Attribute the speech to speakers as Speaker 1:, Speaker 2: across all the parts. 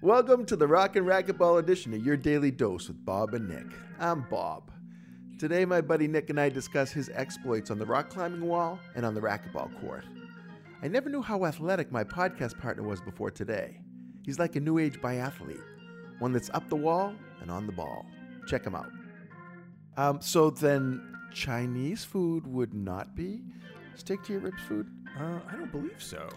Speaker 1: Welcome to the Rock and Racquetball edition of Your Daily Dose with Bob and Nick. I'm Bob. Today, my buddy Nick and I discuss his exploits on the rock climbing wall and on the racquetball court. I never knew how athletic my podcast partner was before today. He's like a new age biathlete, one that's up the wall and on the ball. Check him out. Um, so then, Chinese food would not be stick to your ribs food?
Speaker 2: Uh, I don't believe so.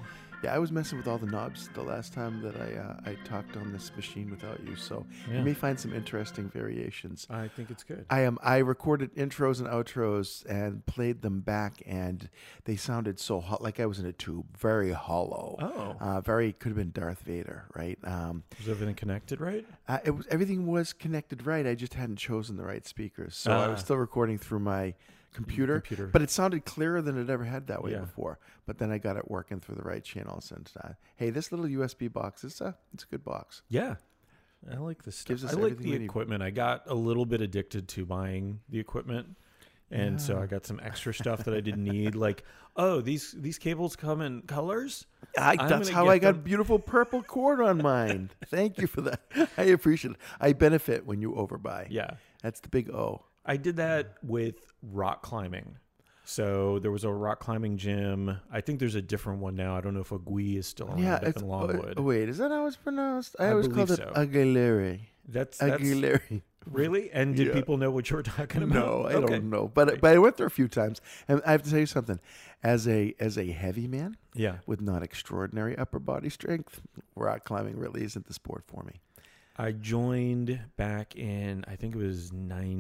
Speaker 1: Yeah, I was messing with all the knobs the last time that I uh, I talked on this machine without you, so
Speaker 2: Yeah.
Speaker 1: you may find some interesting variations.
Speaker 2: I think it's good.
Speaker 1: I am. I recorded intros and outros and played them back, and they sounded so ho- like I was in a tube, very hollow.
Speaker 2: Oh.
Speaker 1: uh, very could have been Darth Vader, right? Um,
Speaker 2: Is everything connected right?
Speaker 1: uh, it was everything was connected right. I just hadn't chosen the right speakers, so I was
Speaker 2: Ah.
Speaker 1: still recording through my computer.
Speaker 2: Computer.
Speaker 1: But it sounded clearer than it ever had that way
Speaker 2: Yeah.
Speaker 1: before. But then I got it working through the right channels, and uh, hey, this little USB box is a it's a good box.
Speaker 2: Yeah. I like the stuff.
Speaker 1: Gives us
Speaker 2: I like
Speaker 1: everything
Speaker 2: the
Speaker 1: we need.
Speaker 2: equipment. I got a little bit addicted to buying the equipment. And so
Speaker 1: Yeah.
Speaker 2: I got some extra stuff that I didn't need, like oh these these cables come in colors.
Speaker 1: I,
Speaker 2: I'm
Speaker 1: that's
Speaker 2: gonna
Speaker 1: how
Speaker 2: get
Speaker 1: I got
Speaker 2: them.
Speaker 1: beautiful purple cord on mine. Thank you for that. I appreciate it. I benefit when you overbuy.
Speaker 2: Yeah,
Speaker 1: That's the big O.
Speaker 2: I did that with rock climbing. So there was a rock climbing gym. I think there's a different one now. I don't know if Agui is still around
Speaker 1: Oh, yeah,
Speaker 2: up in Longwood.
Speaker 1: oh, wait, is that how it's pronounced? I,
Speaker 2: I
Speaker 1: always
Speaker 2: believe
Speaker 1: called it
Speaker 2: so.
Speaker 1: Aguilera.
Speaker 2: that's that's
Speaker 1: Aguilera.
Speaker 2: really. And did
Speaker 1: Yeah.
Speaker 2: people know what you were talking about?
Speaker 1: No, I
Speaker 2: Okay.
Speaker 1: don't know. But but I went there a few times, and I have to tell you something. As a as a heavy man
Speaker 2: Yeah,
Speaker 1: with not extraordinary upper body strength, rock climbing really isn't the sport for me.
Speaker 2: I joined back in I think it was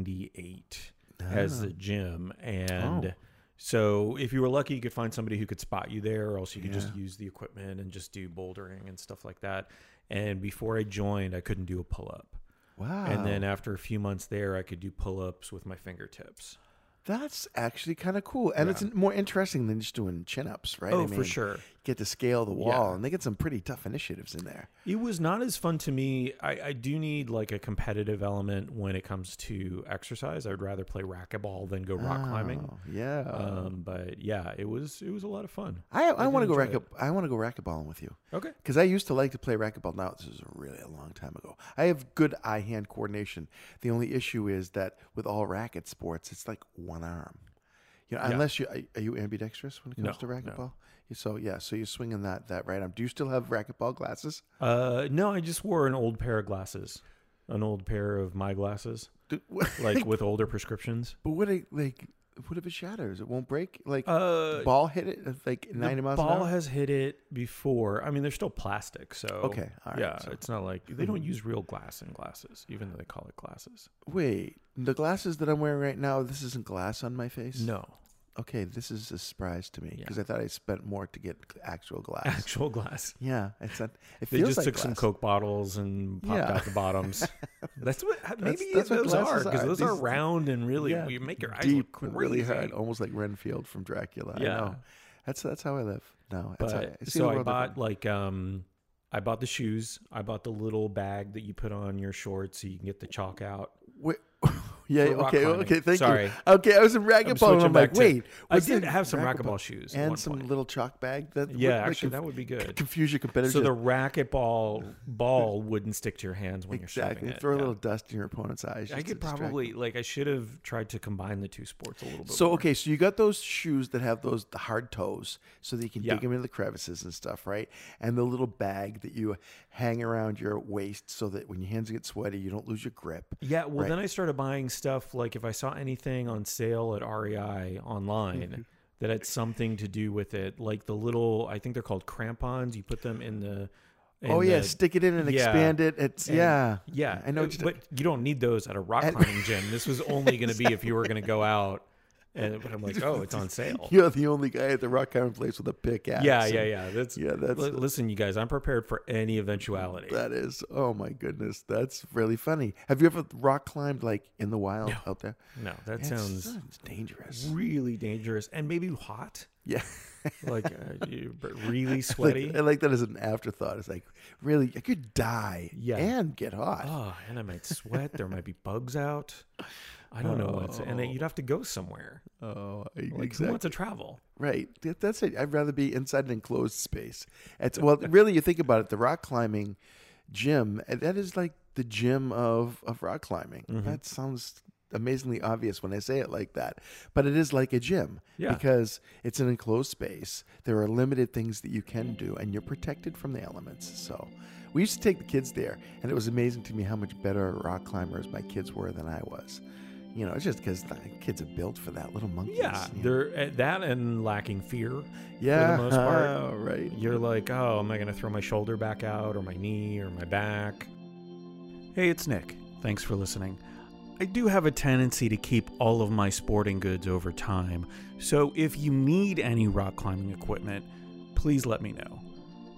Speaker 2: 98 as the gym and
Speaker 1: Ah. Oh.
Speaker 2: so if you were lucky you could find somebody who could spot you there or else you could just
Speaker 1: Yeah.
Speaker 2: use the equipment and just do bouldering and stuff like that and before I joined I couldn't do a pull up
Speaker 1: Wow.
Speaker 2: and then after a few months there I could do pull ups with my fingertips
Speaker 1: that's actually kind of cool, and it's more interesting than just doing chin ups, right?
Speaker 2: Oh,
Speaker 1: I
Speaker 2: for
Speaker 1: mean,
Speaker 2: sure.
Speaker 1: Get to scale the wall,
Speaker 2: Yeah.
Speaker 1: and they get some pretty tough initiatives in there.
Speaker 2: It was not as fun to me. I, I do need like a competitive element when it comes to exercise. I would rather play racquetball than go rock climbing.
Speaker 1: Oh, yeah.
Speaker 2: Um, but yeah, it was it was a lot of fun.
Speaker 1: I I
Speaker 2: did
Speaker 1: want to go
Speaker 2: enjoy
Speaker 1: racket. I want to go racquetballing with you.
Speaker 2: Okay.
Speaker 1: Because I used to like to play racquetball. Now this is really a long time ago. I have good eye-hand coordination. The only issue is that with all racket sports, it's like one arm. You know,
Speaker 2: Yeah.
Speaker 1: unless you are- are you ambidextrous when it comes to
Speaker 2: No, no.
Speaker 1: racquetball. You- So yeah, so you're swinging that that right arm. Do you still have racquetball glasses?
Speaker 2: Uh, no, I just wore an old pair of glasses, an old pair of my glasses,
Speaker 1: Do,
Speaker 2: like with older prescriptions.
Speaker 1: but what it like? What if it shatters? It won't break. Like
Speaker 2: Uh,
Speaker 1: ball hit it at, like
Speaker 2: the
Speaker 1: ninety miles an
Speaker 2: ball
Speaker 1: hour.
Speaker 2: has hit it before. I mean, they're still plastic, so
Speaker 1: Okay, all right,
Speaker 2: yeah,
Speaker 1: so-
Speaker 2: it's not like they don't use real glass in glasses, even though they call it glasses.
Speaker 1: Wait, the glasses that I'm wearing right now. This isn't glass on my face.
Speaker 2: No,
Speaker 1: okay, this is a surprise to me
Speaker 2: Yeah.
Speaker 1: because I thought I spent more to get actual glass.
Speaker 2: actual glass.
Speaker 1: yeah, it's not, it
Speaker 2: They
Speaker 1: feels
Speaker 2: just
Speaker 1: like
Speaker 2: took some
Speaker 1: glass.
Speaker 2: Coke bottles and popped
Speaker 1: Yeah.
Speaker 2: out the bottoms. that's what maybe
Speaker 1: that's what
Speaker 2: those are
Speaker 1: glasses
Speaker 2: because
Speaker 1: are.
Speaker 2: those are
Speaker 1: These-
Speaker 2: round and really
Speaker 1: Yeah,
Speaker 2: you make your eyes
Speaker 1: deep,
Speaker 2: look
Speaker 1: really
Speaker 2: crazy.
Speaker 1: hard, almost like Renfield from Dracula.
Speaker 2: Yeah.
Speaker 1: I know. That's that's how I live. No, that's
Speaker 2: but
Speaker 1: how I, see the
Speaker 2: so I
Speaker 1: world
Speaker 2: bought
Speaker 1: differently.
Speaker 2: like um I bought the shoes. I bought the little bag that you put on your shorts so you can get the chalk out.
Speaker 1: Wait, yeah,
Speaker 2: for rock
Speaker 1: okay,
Speaker 2: climbing.
Speaker 1: okay, thank
Speaker 2: Sorry.
Speaker 1: you. Okay, I was in
Speaker 2: I'm
Speaker 1: racquetball. And
Speaker 2: switching
Speaker 1: I'm like,
Speaker 2: back to-
Speaker 1: wait,
Speaker 2: I
Speaker 1: was
Speaker 2: did
Speaker 1: there
Speaker 2: have some racquetball shoes at one
Speaker 1: and some
Speaker 2: point.
Speaker 1: little chalk bag. That would
Speaker 2: Yeah,
Speaker 1: make
Speaker 2: actually
Speaker 1: conf-
Speaker 2: that would be
Speaker 1: c-
Speaker 2: good.
Speaker 1: Confuse your competitors.
Speaker 2: So the racquetball ball wouldn't stick to your hands when
Speaker 1: exactly
Speaker 2: you're shoving it.
Speaker 1: throw a
Speaker 2: yeah.
Speaker 1: little dust in your opponent's eyes. just
Speaker 2: I
Speaker 1: to
Speaker 2: could
Speaker 1: distract
Speaker 2: probably like I should have tried to combine the two sports a little bit.
Speaker 1: So
Speaker 2: more.
Speaker 1: okay, so you got those shoes that have those hard toes, so that you can
Speaker 2: Yeah.
Speaker 1: dig them into the crevices and stuff, right? And the little bag that you hang around your waist, so that when your hands get sweaty, you don't lose your grip.
Speaker 2: Yeah, well,
Speaker 1: Right.
Speaker 2: then I started buying stuff like if I saw anything on sale at REI
Speaker 1: Mm-hmm.
Speaker 2: online that had something to do with it, like the little I think they're called crampons. You put them in the. in
Speaker 1: oh yeah,
Speaker 2: the-
Speaker 1: stick it in and
Speaker 2: yeah,
Speaker 1: expand it. It's
Speaker 2: and-
Speaker 1: yeah,
Speaker 2: yeah.
Speaker 1: I know.
Speaker 2: uh,
Speaker 1: What you're
Speaker 2: but you don't need those at a rock
Speaker 1: And-
Speaker 2: climbing gym. This was only going to be if you were going to go out, and but I'm like, oh, it's on sale.
Speaker 1: You're the only guy at the rock climbing place with a pickaxe.
Speaker 2: Yeah,
Speaker 1: and
Speaker 2: yeah, yeah. That's
Speaker 1: Yeah, that's-
Speaker 2: li- listen, you guys. I'm prepared for any eventuality.
Speaker 1: That is, oh my goodness, that's really funny. Have you ever rock climbed like in the wild out there?
Speaker 2: No, that
Speaker 1: It's-
Speaker 2: sounds
Speaker 1: sounds dangerous.
Speaker 2: really dangerous and maybe hot.
Speaker 1: Yeah,
Speaker 2: like uh, you- but really sweaty.
Speaker 1: Like, I like that as an afterthought. It's like, really, I could die
Speaker 2: Yeah.
Speaker 1: and get hot.
Speaker 2: oh, and I might sweat. There might be bugs out. I don't know what's and then you'd have to go somewhere.
Speaker 1: Oh,
Speaker 2: Like who wants to travel?
Speaker 1: Right. That- That's it. I'd rather be inside an enclosed space. It's, well, really, you think about it, the rock climbing gym, uh, that is like the gym of, of rock climbing.
Speaker 2: Mm-hmm.
Speaker 1: That sounds amazingly obvious when I say it like that, but it is like a gym
Speaker 2: Yeah.
Speaker 1: because it's an enclosed space. There are limited things that you can do, and you're protected from the elements. So we used to take the kids there, and it was amazing to me how much better rock climbers my kids were than I was. You know, it's just because kids are built for that little monkeys.
Speaker 2: Yeah,
Speaker 1: you know?
Speaker 2: they're uh, that and lacking fear.
Speaker 1: Yeah,
Speaker 2: for the most part.
Speaker 1: right.
Speaker 2: You're like, oh, am I going to throw my shoulder back out or my knee or my back?
Speaker 3: Hey, it's Nick. Thanks for listening. I do have a tendency to keep all of my sporting goods over time, so if you need any rock climbing equipment, please let me know.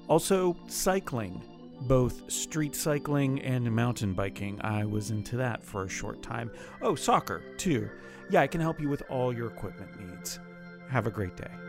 Speaker 3: Also, cycling, both street cycling and mountain biking. I was into that for a short time. Oh, soccer, too. Yeah, I can help you with all your equipment needs. Have a great day.